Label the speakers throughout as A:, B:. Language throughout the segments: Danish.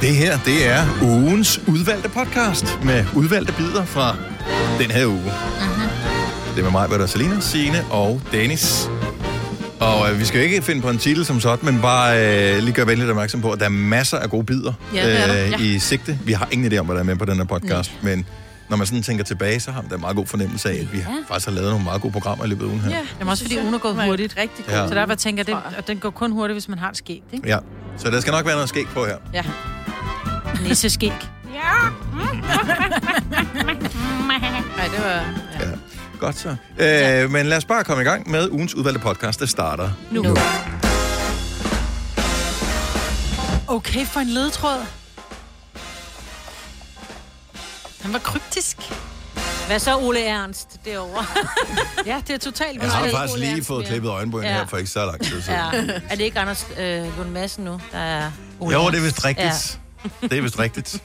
A: Det her, det er ugens udvalgte podcast med udvalgte bidder fra den her uge.
B: Mhm.
A: Det er med mig, Bette og Selina, Signe og Dennis. Og øh, vi skal jo ikke finde på en titel som sådan, men bare øh, lige gøre venligt opmærksom på, at der er masser af gode bidder øh,
B: Ja, det er der. Ja.
A: i sigte. Vi har ingen idé om, hvad der er med på den her podcast, men når man sådan tænker tilbage, så har man da en meget god fornemmelse af, at vi ja. faktisk har lavet nogle meget gode programmer i løbet af ugen her.
B: Ja,
C: Jamen også fordi ugen er gået hurtigt. Rigtig
A: god. Ja.
C: Så der er, hvad jeg tænker, den, og den går kun hurtigt, hvis man har et skæg, ikke?
A: Ja. Så der skal nok være noget skæg på her.
C: Ja. Nisse skæg.
B: Nej, det var... Ja.
A: Ja. Godt så. Øh, Men lad os bare komme i gang med ugens udvalgte podcast, der starter
C: Nu. Okay, for en ledetråd. Han var kryptisk.
D: Hvad så, Ole Ernst, derovre?
C: Ja, det er totalt
A: Jeg har
C: vildt.
A: faktisk lige fået klippet øjenbrynene
D: Ja.
A: her for ikke så lang tid siden.
D: ja. Er det ikke Anders øh, Lund Madsen nu, der er Ole
A: Jo,
D: Ernst?
A: det er vist rigtigt. Det er vist rigtigt.
D: Ja.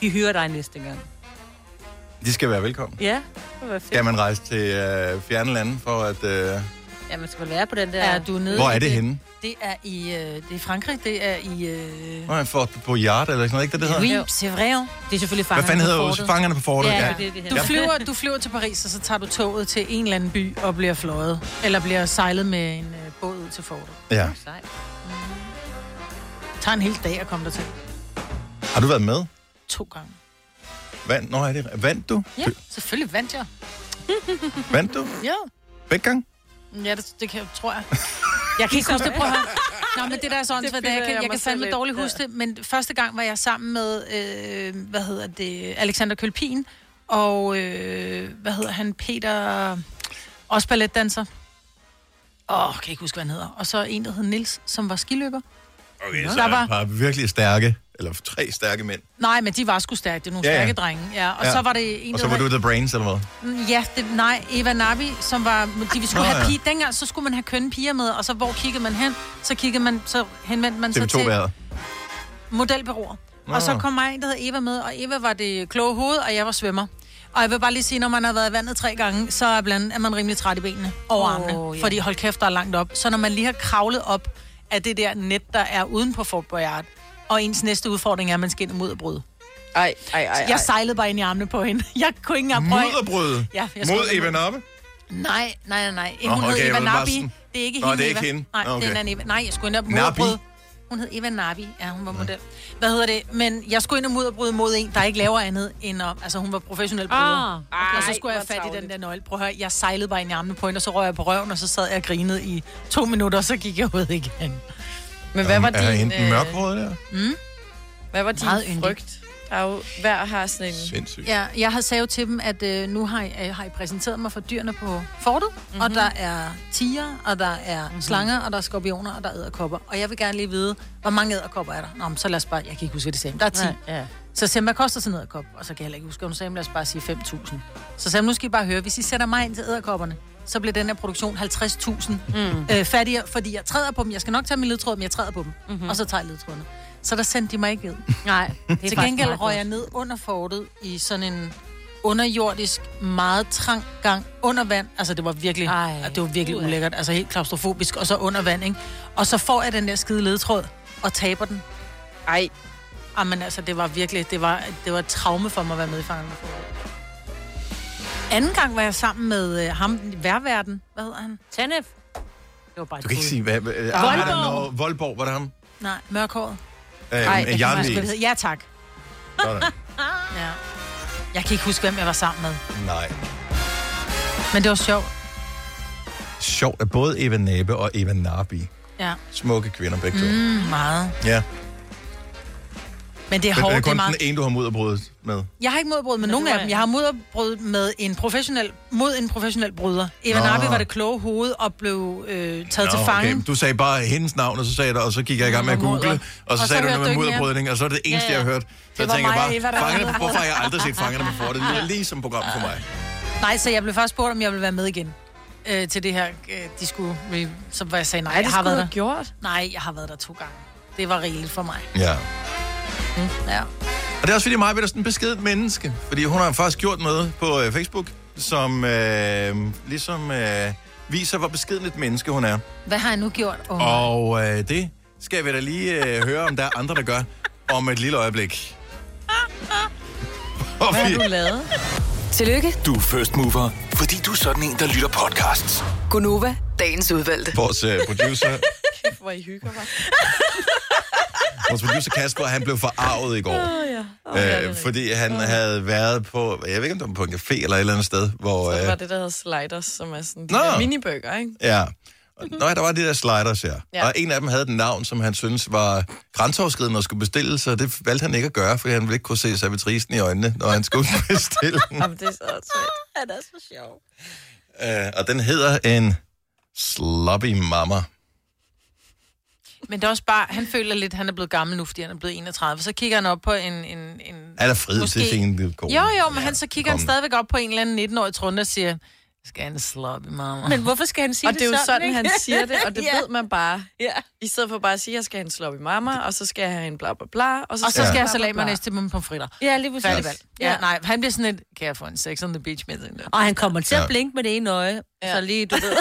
D: Vi hyrer dig næste gang.
A: De skal være velkommen.
D: Ja, det var fedt.
A: Kan man rejse til øh, fjerne lande for at... Øh,
D: Ja, man skal vel være på den der...
C: Er du nede
A: hvor
C: i
A: er det henne?
C: Det er i øh, det er i Frankrig, det er i... Øh...
A: Nå, jeg får det på Yard eller sådan noget, ikke det, det hedder?
C: Oui, c'est vrai.
D: Det er selvfølgelig
A: Hvad
D: fangerne
A: fanden hedder
D: på
A: jo
D: fortet.
A: fangerne på fortet?
D: Ja,
A: Ja,
D: det er det, det
C: Du
D: hedder.
C: flyver, du flyver til Paris, og så tager du toget til en eller anden by og bliver fløjet. Eller bliver sejlet med en øh, båd ud til fortet.
A: ja.
D: Sejt.
C: Det tager en hel dag at komme dertil.
A: Har du været med?
C: To gange.
A: Vand? Nå, er det... Vandt du?
C: Ja, selvfølgelig vandt jeg.
A: Vandt du?
C: Ja,
A: Begge gang?
C: ja det, det kan, tror jeg.
D: Jeg kan ikke
C: Husk
D: huske
C: det,
D: det.
C: prøv at høre. Nå, men det der er sådan, det jeg,
B: bilder
C: jeg,
B: jeg
C: kan, jeg
B: mig
C: kan
B: selv
C: fandme
B: ind,
C: dårligt
B: ja.
C: huske det, men første gang var jeg sammen med, øh, hvad hedder det, Alexander Kølpin, og øh, hvad hedder han, Peter, også balletdanser. Åh, oh, kan jeg ikke huske, hvad han hedder. Og så en, der hed Nils, som var skiløber.
A: Okay,
C: Nå.
A: så
C: Der
A: er
C: var-
A: et par virkelig stærke, eller tre stærke mænd.
C: Nej, men de var sgu stærke. Det er nogle
A: Ja, ja.
C: stærke drenge. Ja. Og
A: Ja.
C: så var det en,
A: Og så var
C: der
A: du
C: hed-
A: The
C: Mm,
A: Brains, eller hvad?
C: Ja, det, nej, Eva Nabi, som var... De vi skulle
A: Nå,
C: have
A: ja.
C: pige, dengang, så skulle man have kønne piger med, og så hvor kiggede man hen? Så kiggede man, så henvendte man sig
A: TV2
C: til...
A: været.
C: modelbureauer.
A: Nå.
C: Og så kom mig en, der hed Eva med, og Eva var det kloge hoved, og jeg var svømmer. Og jeg vil bare lige sige, når man har været i vandet tre gange, så er, blandt, er man rimelig træt i benene og
D: Åh,
C: armene,
D: ja.
C: fordi hold kæft, der er langt op. Så når man lige har kravlet op af det der net, der er uden på Fort Boyard, og ens næste udfordring er, at man skal ind og mudderbryd.
B: Ej, ej, ej, ej.
C: Jeg sejlede bare ind i armene på hende. Jeg kunne ikke engang prøve.
A: Mudderbrød
C: Ja, jeg
A: mod
C: skulle-
A: Eben Abbe.
C: Nej, nej, nej, nej.
A: Nå,
C: Hun
A: okay,
C: hed
A: jeg
C: Eva
A: var bare
C: Nabi.
A: sådan-
C: Det er ikke
A: Nå,
C: hende,
A: det er ikke
C: Eva.
A: hende.
C: Nej,
A: Nå, okay.
C: det er en anden Eva. Nej, jeg skulle ind og
A: Nabi?
C: mudderbrød. Hun hed Eva Nabi. Ja, hun var model. Hvad hedder det? Men jeg skulle ind og mudderbrød mod en, der ikke laver andet end... At, altså, hun var professionel bryder.
D: Ah,
C: Oh.
B: Ej,
C: Og så skulle jeg
B: hvor
C: have fat i den
B: tarveligt.
C: der nøgle. Prøv at høre, jeg sejlede bare ind i armene på hende, og så røg jeg på røven, og så sad jeg og grinede i to minutter, og så gik jeg ud igen.
B: Men hvad var
A: Er
B: din, øh,
A: hende den mørkhåret der?
B: hvad var din
C: Meget yndig.
B: frygt? Der er jo, hver har sådan en...
A: Sindssygt.
C: Ja, jeg har sagt til dem, at øh, nu har I, øh, har I præsenteret mig for dyrene på fortet, mm-hmm. og der er tiger, og der er mm-hmm. slanger, og der er skorpioner, og der er æderkopper. Og jeg vil gerne lige vide, hvor mange æderkopper er der? Nå, men så lad os bare, jeg kan ikke huske, hvad det sagde, men der er 10.
D: Nej, ja.
C: Så sagde jeg, hvad koster sådan en æderkop? Og så kan jeg heller ikke huske, hvad hun sagde, men lad os bare sige 5.000. Så sagde jeg, nu skal I bare høre, hvis I sætter mig ind til æderkopperne, så bliver den her produktion 50.000 mm. øh, fattigere, fordi jeg træder på dem. Jeg skal nok tage min ledtråd, men jeg træder på dem. Mm-hmm. Og så tager jeg ledtrådene. Så der sendte de mig ikke ned.
D: Nej, det er
C: Til
D: faktisk
C: gengæld
D: meget
C: røg jeg
D: godt.
C: ned under fortet i sådan en underjordisk, meget trang gang under vand. Altså, det var virkelig,
D: Ej.
C: Ej, det var virkelig
D: Uha.
C: ulækkert. Altså, helt klaustrofobisk. Og så under vand, ikke? Og så får jeg den der skide ledtråd og taber den.
B: Ej,
C: Jamen, altså, det var virkelig, det var, det var et traume for mig at være med i fangerne. på Fortet. Anden gang var jeg sammen med øh, ham, værverden. Hvad hedder han?
D: Tanef. Det var bare et
A: Du kan ikke
D: bud.
A: sige, hvad... hvad-
C: Voldborg.
A: Ah, nå, Voldborg, var det ham?
C: Nej, mørkhåret.
B: Ej,
A: Øhm,
B: jeg kan
A: Jarl
C: Hvad
A: Lee.
C: hedder- Ja, tak.
A: Sådan.
C: Ja. Jeg kan ikke huske, hvem jeg var sammen med.
A: Nej.
C: Men det var sjovt.
A: Sjovt, at både Eva Næbe og Eva Narbi,
C: Ja,
A: smukke kvinder begge to. Mm.
C: mm, meget.
A: Ja,
C: Men det er
A: men
C: hårdt,
A: det er
C: det er
A: kun
C: meget.
A: den ene, du har mudderbrudet med.
C: Jeg har ikke modbrud med nogen
D: du
C: af
D: er-
C: dem. Jeg har modbrud med en professionel, mod en professionel bryder. Evan
A: Nå.
C: Nabi var det kloge hoved og blev øh, taget til fange.
A: Du sagde bare hendes navn, og så sagde jeg det, og så gik jeg i gang med at
C: Og mudder.
A: google, og så, sagde
C: Og så
A: du noget
C: hørte
A: med
C: du ikke mere.
A: mudderbrydning, og så er det det eneste, jeg
D: Ja, ja.
A: har hørt. Så jeg
C: var
A: tænker
C: mig og
A: bare,
C: Eva, der
A: fangerne,
C: var-
A: hvorfor har jeg aldrig set fangerne på fortet? Det lyder lige som program for mig.
C: Nej, så jeg blev først spurgt, om jeg ville være med igen øh, til det her. Øh, de skulle, re- så var jeg sagde, nej,
B: er
C: jeg
B: det
C: har
B: skulle
C: været
B: du
C: der.
B: have gjort?
C: Nej, jeg har været der to gange. Det var rigeligt for mig.
A: Ja.
B: Mm,
C: Ja.
A: Og det er også fordi mig er sådan en beskedet menneske, fordi hun har faktisk gjort noget på øh, Facebook, som øh, ligesom øh, viser, hvor beskeden et menneske hun er.
B: Mm.
C: Hvad har jeg nu gjort? Oh.
A: Og øh, det skal vi da lige øh, høre, om der er andre, der gør. om et lille øjeblik. Og
D: Hvad
A: vi-
D: har du lavet?
E: Tillykke,
F: Du er first mover, fordi du er sådan en, der lytter podcasts.
E: Gunova, dagens udvalgte.
A: Vores øh, producer,
B: Kæft, hvor I hygger mig.
A: vores producer Kasper, han blev forarvet i går.
B: Åh, ja. Åh, ja, det er
A: Øh,
B: rigtigt.
A: fordi han havde været på, jeg ved ikke om det var på en café eller et eller andet sted, hvor...
B: Så
A: Øh,
B: var det, der hedder sliders, som er sådan de
A: Nå.
B: der minibøger, ikke?
A: ja.
C: Mhm.
A: Nå, ja, der var de der sliders her. Ja.
B: Ja.
A: Og en af dem havde et navn, som han syntes var grænseoverskridende og skulle bestille, så det valgte han ikke at gøre, fordi han ville ikke kunne se servitrisen i øjnene, når han skulle bestille den.
B: Jamen, det er så svært.
D: Han er så sjov.
A: Øh, og den hedder en sloppy mama.
C: Men det er også bare, han føler lidt, at han er blevet gammel nu, fordi han er blevet 31. Så kigger han op på en... en, en
A: Han er fred
C: Måske-
A: til sin kone.
C: jo, jo, men han, så kigger han
A: kom.
C: stadigvæk op på en eller anden 19-årig trunde og siger, skal han sloppe, mamma?
D: Men hvorfor skal han sige
B: Og det er jo sådan,
D: ikke?
B: han siger det, og det
D: ja.
B: ved man bare.
D: Ja.
B: I stedet for bare at sige, at jeg skal have en slop i mamma, og så skal jeg have en bla bla bla, og så
C: Og så skal
B: jeg
C: ja.
B: have
C: jeg
B: bla, bla,
C: salat med
B: bla.
C: næste til mine pomfritter.
D: Ja, lige præcis.
C: Færdigvalg. Ja.
D: Ja.
C: ja, nej, han bliver sådan et, kan jeg få en sex on the beach med den der?
D: Og han kommer til
A: Ja.
D: at blinke med det ene øje.
B: Ja.
D: Ja. Så lige, du ved.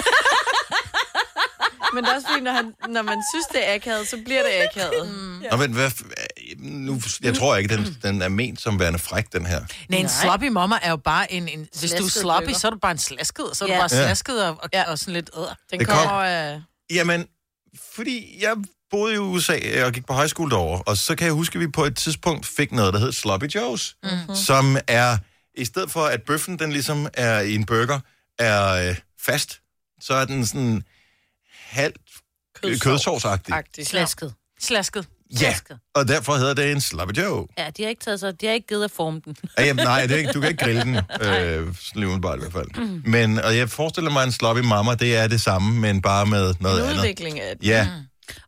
B: Men det er også fordi, når, han, når man synes, det er akavet, så bliver det akavet. Mm.
A: Nå, men hvad, f- nu, jeg tror ikke, den, den er ment som værende fræk, den her.
C: Nej, en sloppy mamma er jo bare en... en hvis du er
D: Slasket
C: sloppy,
D: lykker.
C: så er du bare en slasket, og så er du
D: Ja.
C: bare
A: Ja.
C: slasket og, og,
B: Ja.
C: og sådan lidt æder.
B: Den
A: Det kom-
B: kommer øh, af...
A: Jamen, fordi jeg boede i USA og gik på højskole derovre, og så kan jeg huske, at vi på et tidspunkt fik noget, der hed Sloppy Joe's, mm-hmm. som er, i stedet for at bøffen, den ligesom er i en burger, er øh, fast, så er den sådan halvt
B: Kødsovs.
A: kødsovsagtig.
B: Agtigt.
D: Slasket.
C: Slasket.
A: Ja,
D: Flasket.
A: og derfor hedder det en Sloppy Joe.
D: Ja, de har ikke taget sig, de har ikke givet at forme den.
A: Ja, jamen, nej, det er ikke, du kan ikke grille den, øh, sådan lige umiddelbart i hvert fald. Mm. Men, og jeg forestiller mig, en sloppy mamma, det er det samme, men bare med noget Mm.
B: En
A: andet.
B: udvikling af det.
A: Ja,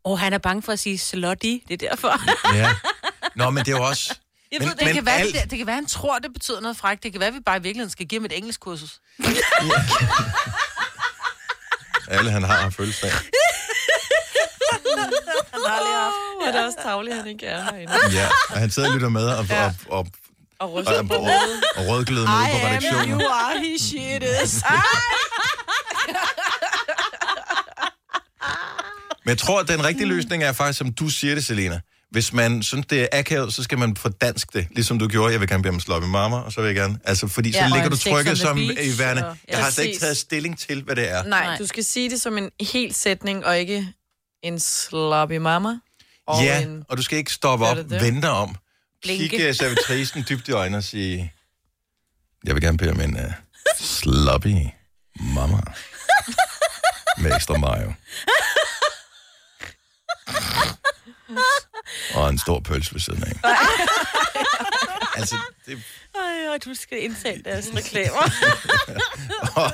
D: Og han er bange for at sige slutty, det er derfor.
A: ja. Nå, men det er jo også... Jeg men,
C: Men, det, kan være,
A: alt-
C: det, det kan være, han tror, det betyder noget frækt. Det kan være, vi bare i virkeligheden skal give ham et engelsk kursus.
A: Alle, han har, har fødselsdag.
B: Han har lige haft. Ja, det er også tavligt, han ikke er herinde.
A: Ja, og han sidder og lytter med og, ja. og, og, og,
B: Og
A: og,
B: ryster
A: og, og, og rødgløder nede på redaktionen.
C: are, he shit is.
B: Ah!
A: Men jeg tror, at den rigtige
D: Mm.
A: løsning er faktisk, som du siger det, Selena. Hvis man synes, det er akavet, så skal man fordanske det, ligesom du gjorde. Jeg vil gerne blive om sloppy mamma, og så vil jeg gerne... Altså, fordi så
D: Ja, og
A: ligger
D: en
A: du
D: sex on
A: trykket
D: the
A: som
D: beach,
A: i værende.
D: og-
A: Jeg har slet ikke
B: Præcis.
A: taget stilling til, hvad det er.
B: Nej,
D: Nej.
B: du skal sige det som en hel sætning, og ikke en sloppy mamma. Og
A: Ja,
B: en,
A: og du skal ikke stoppe
B: Gør
A: op,
B: det det?
A: vente om.
D: Blinke.
A: Kigge servitrisen dybt i øjnene og sige, jeg vil gerne bede om en uh, sloppy mamma med ekstra mayo. og en stor pølse ved siden af. altså, det,
D: Ej, og du skal indsende deres reklamer.
A: og,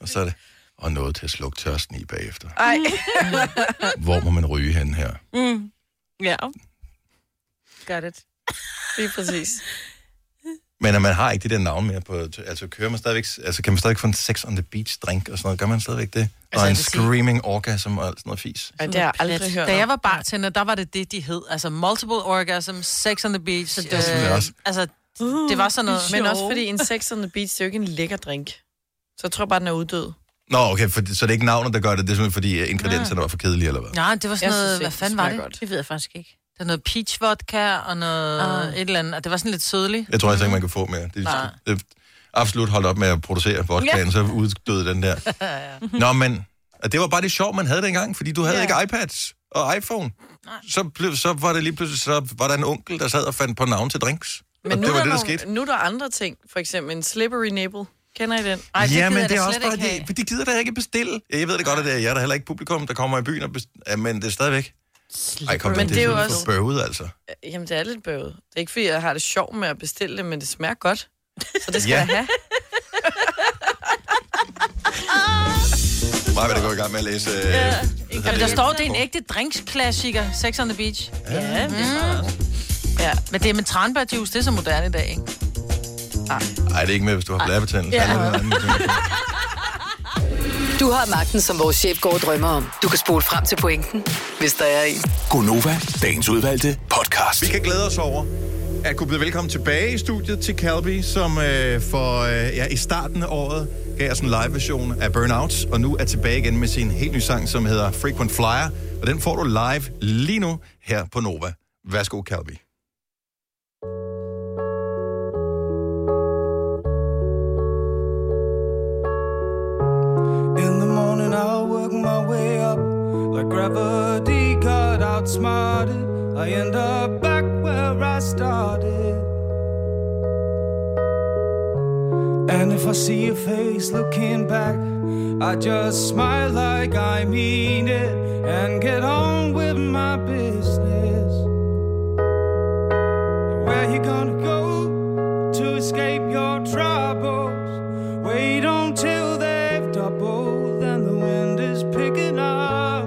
A: og så er det, og noget til at slukke tørsten i bagefter.
B: ej,
A: Hvor må man ryge hen her?
D: ja. Got it.
B: lige præcis.
A: Men at man har ikke det der navn mere på... Altså, kører man stadigvæk, altså kan man stadigvæk få en sex on the beach drink og sådan noget? Gør man stadigvæk det? Altså, og
C: jeg
A: en
C: vil sige-
A: screaming orgasm og alt sådan noget fis.
B: Ej, det har jeg aldrig hørt
C: Da jeg
B: om.
C: var bartender, der var det det, de hed. Altså multiple orgasm, sex on the beach. Så
A: det var selvfølgelig også-
C: Altså, det var sådan noget.
B: Men også fordi en sex on the beach, det er jo ikke en lækker drink. Så jeg tror bare, den er uddød.
A: Nå, okay, for, så det er ikke navnet, der gør det. Det er simpelthen fordi, at ingredienserne var for kedelige, eller hvad?
C: Nej, det var sådan
B: Jeg synes
C: noget,
B: ikke,
C: hvad
B: det
C: fanden var det?
B: smager
C: Godt.
B: godt.
D: Det ved jeg faktisk ikke.
C: Det var noget peach vodka og noget
D: Ah.
C: et eller andet, og det var sådan lidt sødligt.
A: Jeg tror altså ikke, man kan få mere. Det,
C: Nej.
A: det absolut holdt op med at producere vodkaen, så uddøde den der. Nå, men og det var bare det sjov, man havde dengang, fordi du havde
B: Ja.
A: ikke iPads og iPhone. Så, blev, så var det lige pludselig, så var der en onkel, der sad og fandt på navn til drinks.
B: Men
A: og
B: nu,
A: det var
B: er
A: det,
B: der
A: der
B: nogle,
A: skete.
B: nu er der andre ting. For eksempel en slippery nipple. Kender I den?
C: Ej, det
A: ja,
C: gider
A: men
C: jeg
A: det er
C: da
A: også
C: slet
A: bare,
C: ikke
A: det, de gider da ikke bestille. Jeg ved det godt, at det er jer, der heller ikke publikum, der kommer i byen, og best... ja, men det er stadigvæk... Ej, kom,
B: Men
A: det, det,
B: det
A: er
B: er jo
A: sådan
B: også-
A: for bøvet, altså.
B: Jamen, det er lidt bøvet. Det er ikke, fordi jeg har det sjovt med at bestille det, men det smager godt. Så det skal
A: Ja.
B: ja. jeg have.
A: Bare vil det gå i gang med at læse... Øh, ja.
C: Altså, Jamen, der står, det er en ægte drinksklassiker, Sex on the Beach. Mm.
B: Ja, det er Ja,
C: Men det med tranbærjuice, det er så moderne i dag, ikke?
A: Ej, det er ikke med, hvis du har blærebetændelse. Ja.
E: Du har magten, som vores chef går og drømmer om. Du kan spole frem til pointen, hvis der er en.
F: Gonova, dagens udvalgte podcast.
A: Vi kan glæde os over at kunne byde velkommen tilbage i studiet til Calby, som øh, for øh, ja, i starten af året gav os en live version af Burnout, og nu er tilbage igen med sin helt nye sang, som hedder Frequent Flyer, og den får du live lige nu her på Nova. Værsgo, Calby.
G: Like gravity got outsmarted, I end up back where I started. And if I see your face looking back, I just smile like I mean it and get on with my business. Where you gonna go to escape your troubles? Wait until they've doubled and the wind is picking up.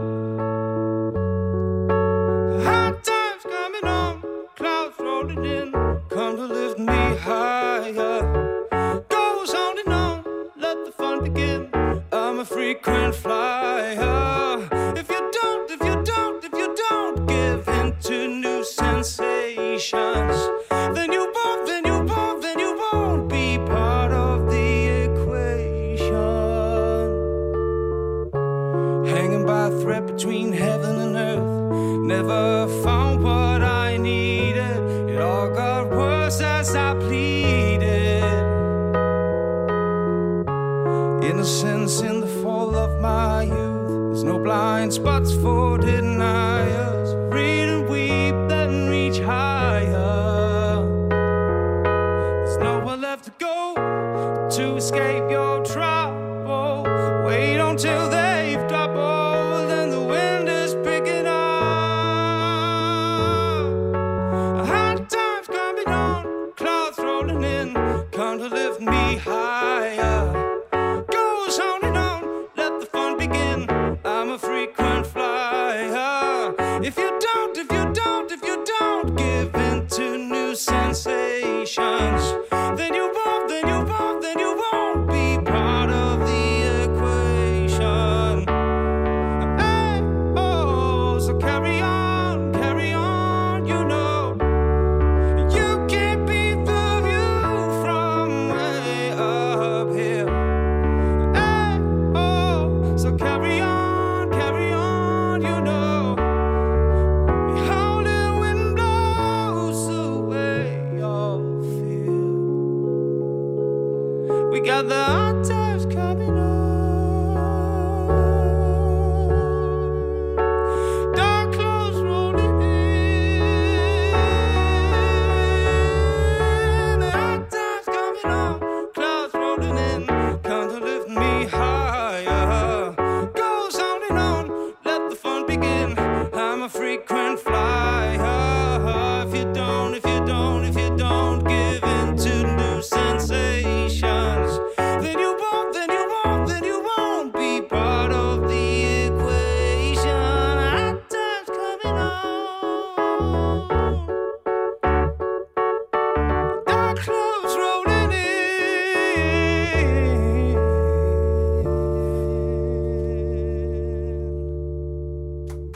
G: Hard times coming on, clouds rolling in, come to lift me higher goes on and on. Let the fun begin. I'm a frequent flyer. If you don't, if you don't, if you don't give in to new sensations, then you won't, then you won't, then you won't be part of the equation. Hanging by a thread between heaven and earth. Never found what I needed. It all got worse as I pleaded. Innocence in the fall of my youth. There's no blind spots for deniers. Read and weep, then reach higher. There's nowhere left to go to escape your trouble. Wait until they've doubled and the wind is picking up. Hard times coming on, clouds rolling in, come to lift me higher goes on and on. Let the fun begin. I'm a frequent flyer. If you don't, if you don't, if you don't give in to new sensations, then you won't, then you won't, then you won't be part of the equation. Hey, oh, so carry on, carry on, you know. You can't be the view from way up here. Hey, oh, so carry on, carry on, you know. The howling wind blows away your fear. We got the hard times coming on. Dark clouds rolling in. The hard times coming on. Clouds rolling in. Come to lift me higher. Goes on and on. Let the fun begin. I'm a frequent flyer. If you don't, if you don't, if you don't give in to new sensations, then you won't, then you won't, then you won't be part of the equation. Hard times coming on. Dark clouds rolling in.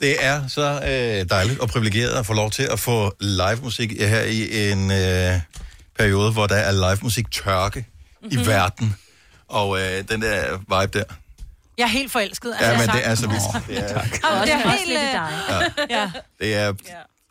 A: Det er så øh, dejligt og privilegeret at få lov til at få live musik her i en øh, periode, hvor der er live musik tørke mm-hmm. i verden. Og øh, den der vibe der.
C: Jeg er helt forelsket. altså,
A: Ja, men
C: jeg
A: det er så vildt. Det er,
C: Jamen, det er
D: Også
C: helt...
D: lidt i
C: øh,
D: dig.
C: Ja.
A: det er,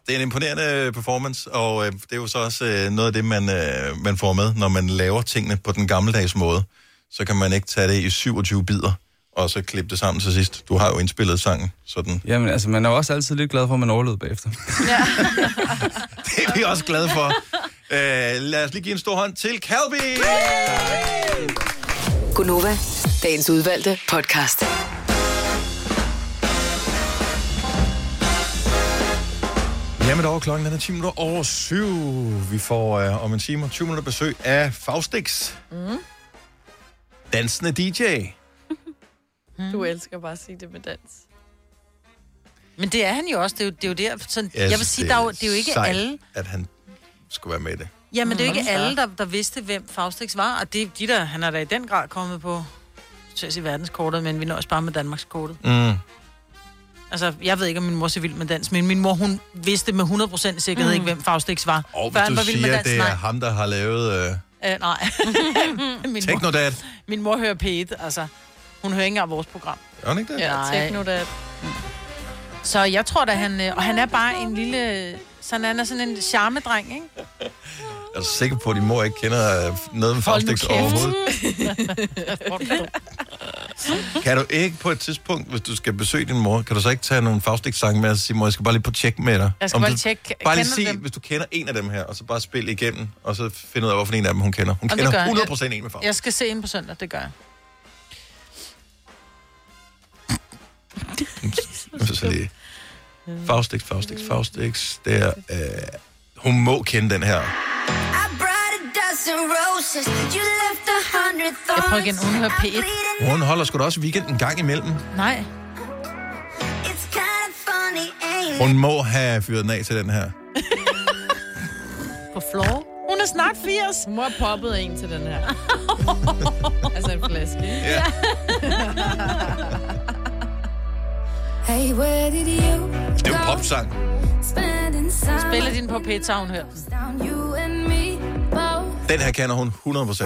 A: det er en imponerende performance, og øh, det er jo så også øh, noget af det, man, øh, man får med, når man laver tingene på den gammeldags måde. Så kan man ikke tage det i 27 bidder, og så klippe det sammen til sidst. Du har jo indspillet sangen, sådan.
H: Jamen, altså, man er jo også altid lidt glad for, at man overlevede bagefter.
A: Det er vi også glade for. Øh, lad os lige give en stor hånd til Calbi!
E: Gunova, dagens udvalgte podcast.
A: Jamen dog, klokken er 10 minutter over syv. Vi får øh, om en time og 20 minutter besøg af Faustix. Mm. Dansende DJ.
B: Du elsker bare at sige det med dans.
C: Men det er han jo også. Det er jo, det er jo der... Sådan,
A: synes,
C: jeg vil sige, der er jo, det er jo ikke
A: sejt, Mm.
C: alle...
A: at han skulle være med i det.
C: Jamen, det er jo ikke alle, der, der vidste, hvem Faustix var. Og det er de der... Han er da i den grad kommet på... Så jeg sige verdenskortet, men vi når også bare med Danmarkskortet.
A: Mm.
C: Altså, jeg ved ikke, om min mor så vild med dans, men min mor, hun vidste med 100% sikkerhed mm. ikke, hvem Faustix var.
A: Og
C: Før
A: hvis
C: han
A: du
C: var vild med
A: siger, at
C: dans,
A: det er
C: nej.
A: ham, der har lavet øh,
C: Øh, nej. min, mor,
A: Technodad.
C: min mor hører P1, altså. Hun hører ikke engang vores program.
A: Gør han ikke det?
B: Ja,
C: Nej.
B: techno, der...
C: Så jeg tror da, han... øh, Og han er bare en lille... Sådan, han er sådan en charmedreng, ikke?
A: Jeg er sikker på, at din mor ikke kender øh, noget med farvestiks overhovedet. Kan du ikke på et tidspunkt, hvis du skal besøge din mor, kan du så ikke tage nogle farvestiksange med og sige, mor, jeg skal bare lige på tjek med dig?
C: Jeg skal
A: Om
C: bare
A: du-
C: tjekke,
A: Bare lige
C: kender
A: sige,
C: dem?
A: hvis du kender en af dem her, og så bare spil igennem, og så finde ud af, hvorfor en af dem hun kender. Hun
C: det
A: kender
C: gør jeg.
A: 100% en med farve.
C: Jeg skal se en på søndag, det gør jeg.
A: Så, så lige. Faustix, Faustix, Faustix. Der, øh, hun må kende den her.
C: Jeg prøver igen, hun hører P1.
A: Hun holder sgu da også weekenden en gang imellem.
C: Nej,
A: Hun må have fyret den af til den her.
D: På floor.
C: hun er snart 80.
B: Mor har poppet en til den her. altså en flaske. ikke?
I: Hey, where did you
A: Det er jo en popsang.
C: Spiller din på P1, så har hun hørt. den.
A: Den her kender hun 100%.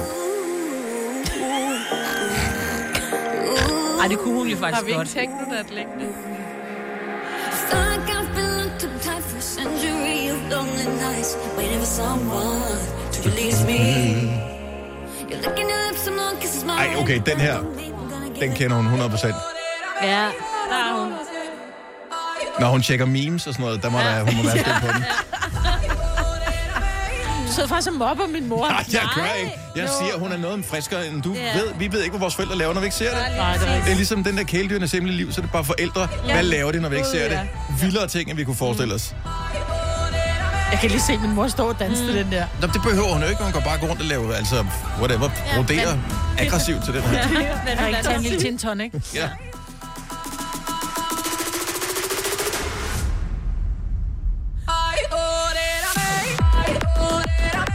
D: Ej, det kunne hun jo
B: Har
D: faktisk
B: vi ikke
D: godt.
B: tænkt nu, at liggende?
A: Ej, okay, den her, Den kender hun 100%.
D: Ja, der er hun.
A: Når hun tjekker memes og sådan noget, der må der, hun må være spændt på den.
C: Du sidder faktisk og mobber min mor.
A: Nej, jeg gør ikke. Jeg siger, hun er noget friskere, end du
D: Ja.
A: ved. Vi ved ikke, hvad vores forældre laver, når vi ikke ser det.
C: Nej, det er
A: Det er
C: rigtigt.
A: ligesom den der kæledyrenes hemmelige liv, så er det bare forældre. Hvad laver de, når vi ikke ser det? Vildere ting, end vi kunne forestille os.
C: Jeg kan lige se min mor stå og
D: Mm.
C: danse til den der.
A: Nå, det behøver hun jo ikke. Hun går bare rundt og laver, altså, whatever, broderer aggressivt til den her.
D: Den
C: Jeg kan tage en
D: er
C: lille gin tonic.
A: Ja.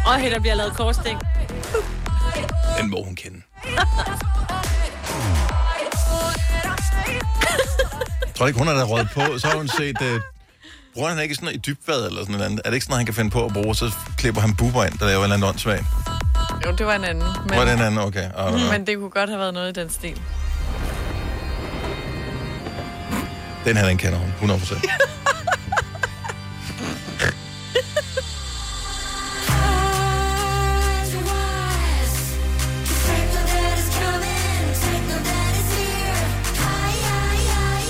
D: Og her der bliver lavet korsting.
A: Den må hun kende. Jeg tror ikke, hun har da råd på. Så har hun set... Øh, bruger han ikke sådan noget i dybvad eller sådan noget andet? Er det ikke sådan noget, han kan finde på at bruge? Så klipper han buber ind, der laver en eller anden åndssvag.
B: Jo, det var en anden.
A: Hvor er den
B: Men,
A: anden? Okay. Oh, no.
B: men det kunne godt have været noget i den stil.
A: Den her, den kender hun. 100 procent.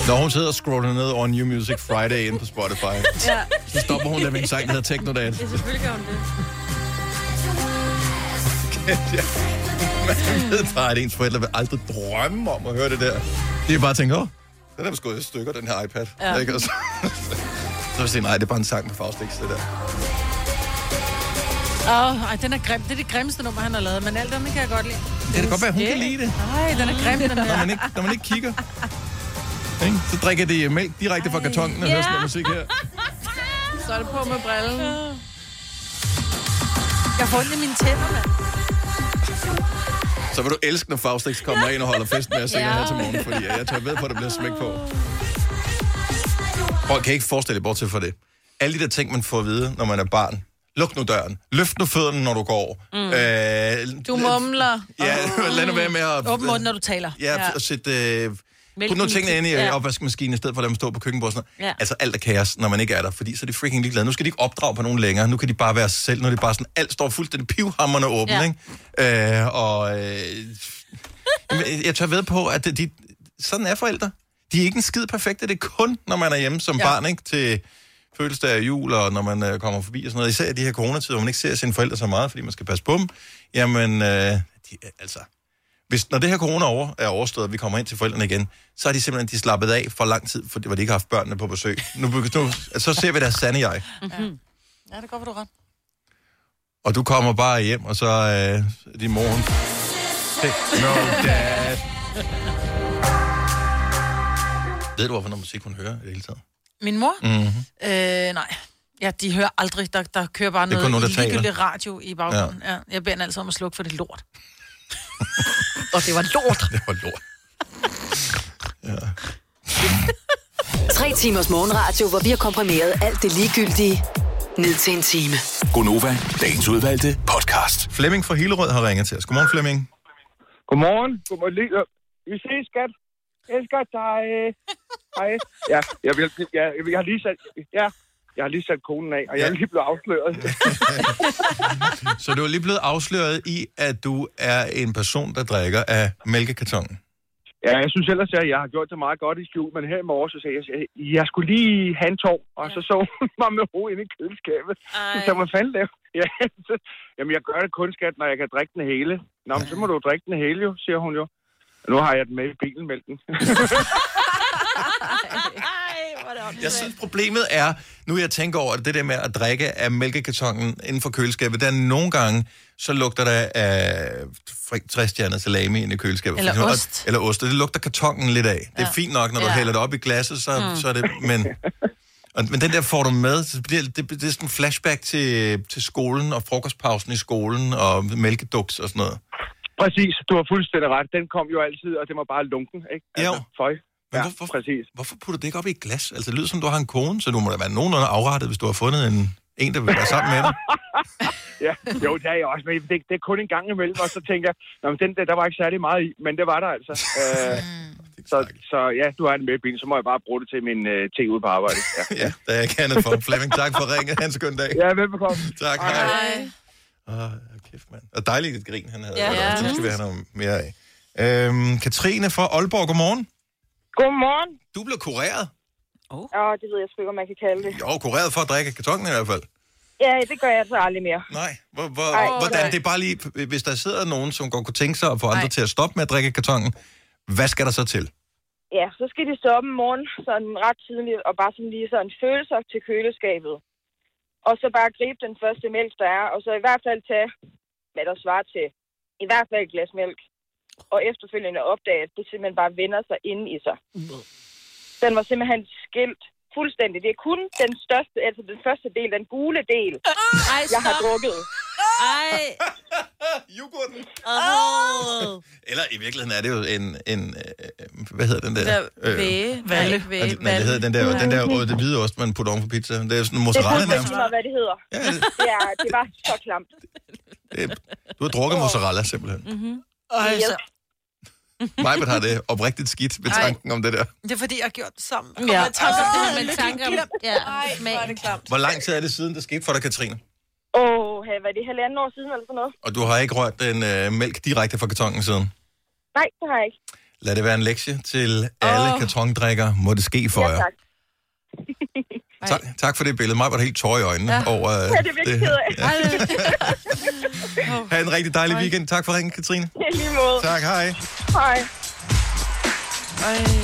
A: Når hun sidder og scroller ned over New Music Friday inde på Spotify, ja. så stopper hun der med en sang, der hedder Technodance.
D: Selvfølgelig gør hun det.
A: Jeg ved bare, at ens forældre vil aldrig drømme om at høre det der. De har bare tænkt, åh, den er vist gået i stykker, den her iPad. Ja. Ikke? Og så, så vil jeg sige, nej, det er bare en sang med Faustix, det der.
C: Åh, oh, den er grim. Det er det grimmeste nummer, han har lavet, men alt andet kan jeg godt lide.
A: Det kan godt være, hun kan lide det,
C: Nej, den er grim, den
A: når
C: der.
A: man ikke, når man ikke kigger. Ikke? Så drikker det mælk direkte fra kartongen og hører sådan noget musik her.
B: Så er det på med brillen.
C: Jeg får ondt i mine tænder, mand.
A: Så vil du elske, når Faustix kommer ind og holder fest med os ja. her til morgen, fordi jeg tør ved på, at det bliver smæk på. Prøv, kan I ikke forestille jer bortset fra det? Alle de der ting, man får at vide, når man er barn. Luk nu døren. Løft nu fødderne, når du går. Mm. Øh,
B: Du mumler.
A: Ja, lad nu være med at...
C: Åben mund, når du taler.
A: Ja, ja. og sætte... Øh, put nogle
D: i
A: tingene
D: til-
A: ind i ja.
D: ja.
A: opvaskemaskinen, i stedet for at lade dem stå på køkkenbordet. og Sådan noget.
D: Ja.
A: Altså alt er kaos, når man ikke er der, fordi så er de freaking ligeglade. Nu skal de ikke opdrage på nogen længere, nu kan de bare være sig selv, når de bare sådan, alt står fuldstændig pivhammerne åben,
D: Ja.
A: ikke? Øh, og øh, jamen, jeg tør ved på, at de, sådan er forældre. De er ikke en skid perfekte, det er kun, når man er hjemme som ja. barn, ikke? Til fødselsdag og jul, og når man øh, kommer forbi og sådan noget. Især i de her coronatider, hvor man ikke ser sine forældre så meget, fordi man skal passe på dem. Jamen, øh, de, er- altså, hvis, når det her corona over, er overstået, og vi kommer ind til forældrene igen, så er de simpelthen de slappet af for lang tid, for hvor de ikke har haft børnene på besøg. Nu, begy- nu altså, så ser vi deres sande jeg.
C: Ja, det går, hvor du er ret.
A: Og du kommer bare hjem, og så er øh, din mor... hun- Hey, No, dad. Ved du, hvorfor noget musik hun hører i det hele taget?
C: Min mor? Mm-hmm. Øh, nej. Ja, de hører aldrig. Der, der kører bare
A: Mhm. er kun
C: noget
A: nogen, der taler.
C: ligegyldigt radio i baggrunden. Ja. Ja, jeg beder hende altid om at slukke for det lort.
D: Og det var lort.
A: Det var lort.
E: Tre timers morgenradio, hvor vi har komprimeret alt det ligegyldige ned til en time.
F: Gonova, dagens udvalgte podcast.
A: Flemming fra Hillerød har ringet til os. Godmorgen, Flemming.
J: Godmorgen. Godmorgen. Lige- øh, Vi ses, skat. Elsker dig. Hej. Ja, jeg, vil, jeg, jeg, jeg har lige sat... Ja, Jeg har lige sat konen af, og jeg
A: Ja.
J: er lige blevet afsløret.
A: Så du er lige blevet afsløret i, at du er en person, der drikker af mælkekartongen.
J: ja, jeg synes ellers, at jeg har gjort det meget godt i skjul, men her i morges, så sagde jeg, at jeg skulle lige have en tår, og så så hun mig med hovedet inde i køleskabet. Så sagde, jeg, hvad fanden laver ja, så, Jamen, jeg gør det kun, skat, når jeg kan drikke den hele. Nå, men så må du jo drikke den hele, jo, siger hun jo. Nu har jeg den med i bilen, mælken.
A: Jeg synes, problemet er, nu jeg tænker over det, det der med at drikke af mælkekartongen inden for køleskabet, der er nogle gange, så lugter der af fri- trestjernet salami inde i køleskabet. for
C: Eller
A: eksempel. Og-
C: ost.
A: Eller ost, og det lugter kartongen lidt af. Det er fint nok, når du
C: Ja. Hmm.
A: hælder det op i glasset, så, mm. så er det... Men, og, men den der får du med, så bliver det, det, det er sådan en flashback til, til skolen og frokostpausen i skolen og mælkeduks og sådan noget.
J: Præcis, du har fuldstændig ret. Den kom jo altid, og den var bare lunken, ikke?
A: Jo.
J: føj.
A: Men
J: Altså, Ja,
A: hvorfor-
J: præcis.
A: Hvorfor putter det ikke op i et glas? Altså, det lyder som, du har en kone, så du må da være nogenlunde afrettet, hvis du har fundet en, en der vil være sammen med dig.
J: Ja, jo, det er jeg også, men det, det er kun en gang imellem, og så tænker jeg, "Nå, men den der, der var ikke særlig meget i, men det var der altså. Øh, så, så ja, du har den med i bilen, så må jeg bare bruge det til min øh, ting ude på arbejde. Ja,
A: Ja, der er ikke andet for. Flemming, tak for ringet. Han skøn dag.
J: ja velbekomme.
A: Tak, hej.
B: Ej.
A: Åh, kæft, mand. Og dejligt et grin, han havde.
B: Ja.
A: Ja. Det skal vi have noget mere af. Øhm, Katrine fra Aalborg, godmorgen.
I: Godmorgen.
A: Du blev kureret.
I: Åh, det ved jeg sgu ikke, om man kan kalde det.
A: Jo, kureret for at drikke af kartongen i hvert fald.
I: Ja, det gør jeg så aldrig mere.
A: Nej, hvor, hvor,
I: Ej,
A: hvordan?
B: nej.
A: Det er bare lige, hvis der sidder nogen, som godt kunne tænke sig at få andre til at stoppe med at drikke af kartongen, hvad skal der så til?
I: Ja, så skal de stoppe om morgenen sådan ret tidligt, og bare sådan lige sådan føle sig til køleskabet. Og så bare gribe den første mælk, der er, og så i hvert fald tage, hvad der svarer til, i hvert fald et glas mælk. Og efterfølgende opdage, at det simpelthen bare vender sig inde i sig. Den var simpelthen skilt fuldstændig. Det er kun den største, altså den første del, den gule del,
D: Ej,
I: jeg har
D: stop.
I: drukket.
D: øh, Ej.
A: Yoghurten.
D: Åh.
A: Eller i virkeligheden er det jo en, en øh, hvad hedder den der?
B: Der
A: Øh,
B: væge.
C: Valle.
B: Nej,
A: Nej,
B: væge.
A: det Altså, hedder den der, den der øh, det hvide ost, man putter oven på pizza. Det er sådan en
I: Det er
A: mozzarella
I: faktisk
A: nærmest.
I: lige meget, hvad det hedder.
A: Ja, det,
I: Det, er, det var så klamt.
A: det, du har drukket mozzarella simpelthen.
I: Mhm.
C: Øj, så,
A: Majbert har det oprigtigt skidt ved tanken om det der.
K: Det er fordi, jeg har gjort det sammen.
C: ja.
D: Altså, det har man tanker om. Ja,
K: Ej, hvor er det klamt.
A: Hvor lang tid er det siden, det skete for dig, Katrine?
I: Åh, oh, var det halvanden år siden eller sådan noget?
A: Og du har ikke rørt den øh, mælk direkte fra kartongen siden?
I: Nej, det har jeg ikke.
A: Lad det være en lektie til alle oh. kartongdrikker. Må det ske for jer.
I: tak.
A: Tak, tak for det billede. Mig var helt tårer i øjnene ja. over... Øh,
I: Ja, det er virkelig ked af.
A: Ja. ha' en rigtig dejlig weekend. Tak for ringen, Katrine.
I: I lige måde.
A: Tak, hej.
I: Hej.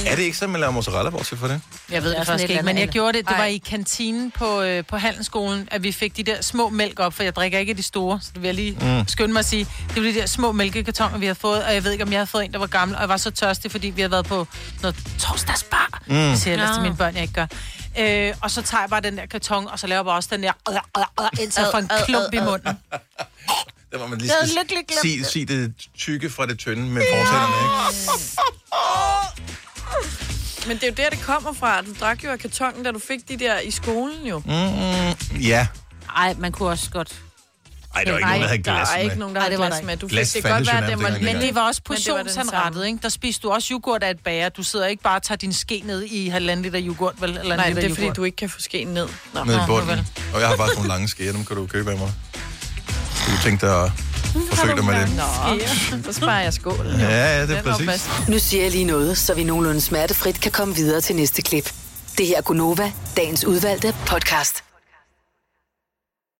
A: Er det ikke sådan, man laver mozzarella bortset for det?
C: Jeg ved
D: Det er
C: det
D: sådan et
C: faktisk ikke,
D: eller
C: men jeg
D: andet.
C: gjorde det. Det
D: Ej.
C: var i kantinen på, øh, på handelsskolen, at vi fik de der små mælk op, for jeg drikker ikke af de store, så det vil jeg lige mm. skynde mig at sige. Det var de der små mælkekartoner, vi havde fået, og jeg ved ikke, om jeg havde fået en, der var gammel, og jeg var så tørstig, fordi vi havde været på noget torsdagsbar, mm. det siger jeg ellers til mine børn, jeg ikke gør. Øh, og så tager jeg bare den der karton, og så laver jeg bare også den der, øh, øh, øh, indtil jeg får en klump i munden.
A: Der var man lige skal sige, sige det tykke fra det tynde med fortællerne, ikke?
B: Men det er jo der, det kommer fra. Du drak jo af kartongen, da du fik de der i skolen jo. Mm,
A: Ja.
D: Ej, man kunne også godt.
A: Ej, der var ikke nogen, der havde glas
B: Der er
A: med.
B: ikke nogen, der har
C: det var
B: glas
C: der
B: med. Du fik
A: Glas
B: det
A: fandtes
B: godt
A: jo
B: være,
A: nærmest
B: at det var
A: dengang,
B: men
A: ikke?
C: Det var også
B: Men det var den samme.
C: portionsanrettet, ikke? Der spiste du også yoghurt af et bager. Du sidder ikke bare og tager din ske ned i halvanden liter yoghurt, vel? Eller en
B: Nej,
C: liter
B: det er fordi,
C: yoghurt.
B: du ikke kan få skeen ned. Nå.
A: nede i
C: Nå,
A: bunden.
C: vel.
A: Og jeg har faktisk nogle lange skeer, dem kan du købe af mig. Skal du tænke dig at forsøge dig med det?
B: Nå, så sparer jeg skålen.
A: Ja, ja, det er
B: Den var
A: præcis.
B: fast.
E: Nu siger jeg lige noget, så vi nogenlunde smertefrit kan komme videre til næste klip. Det her er Gunova, dagens udvalgte podcast.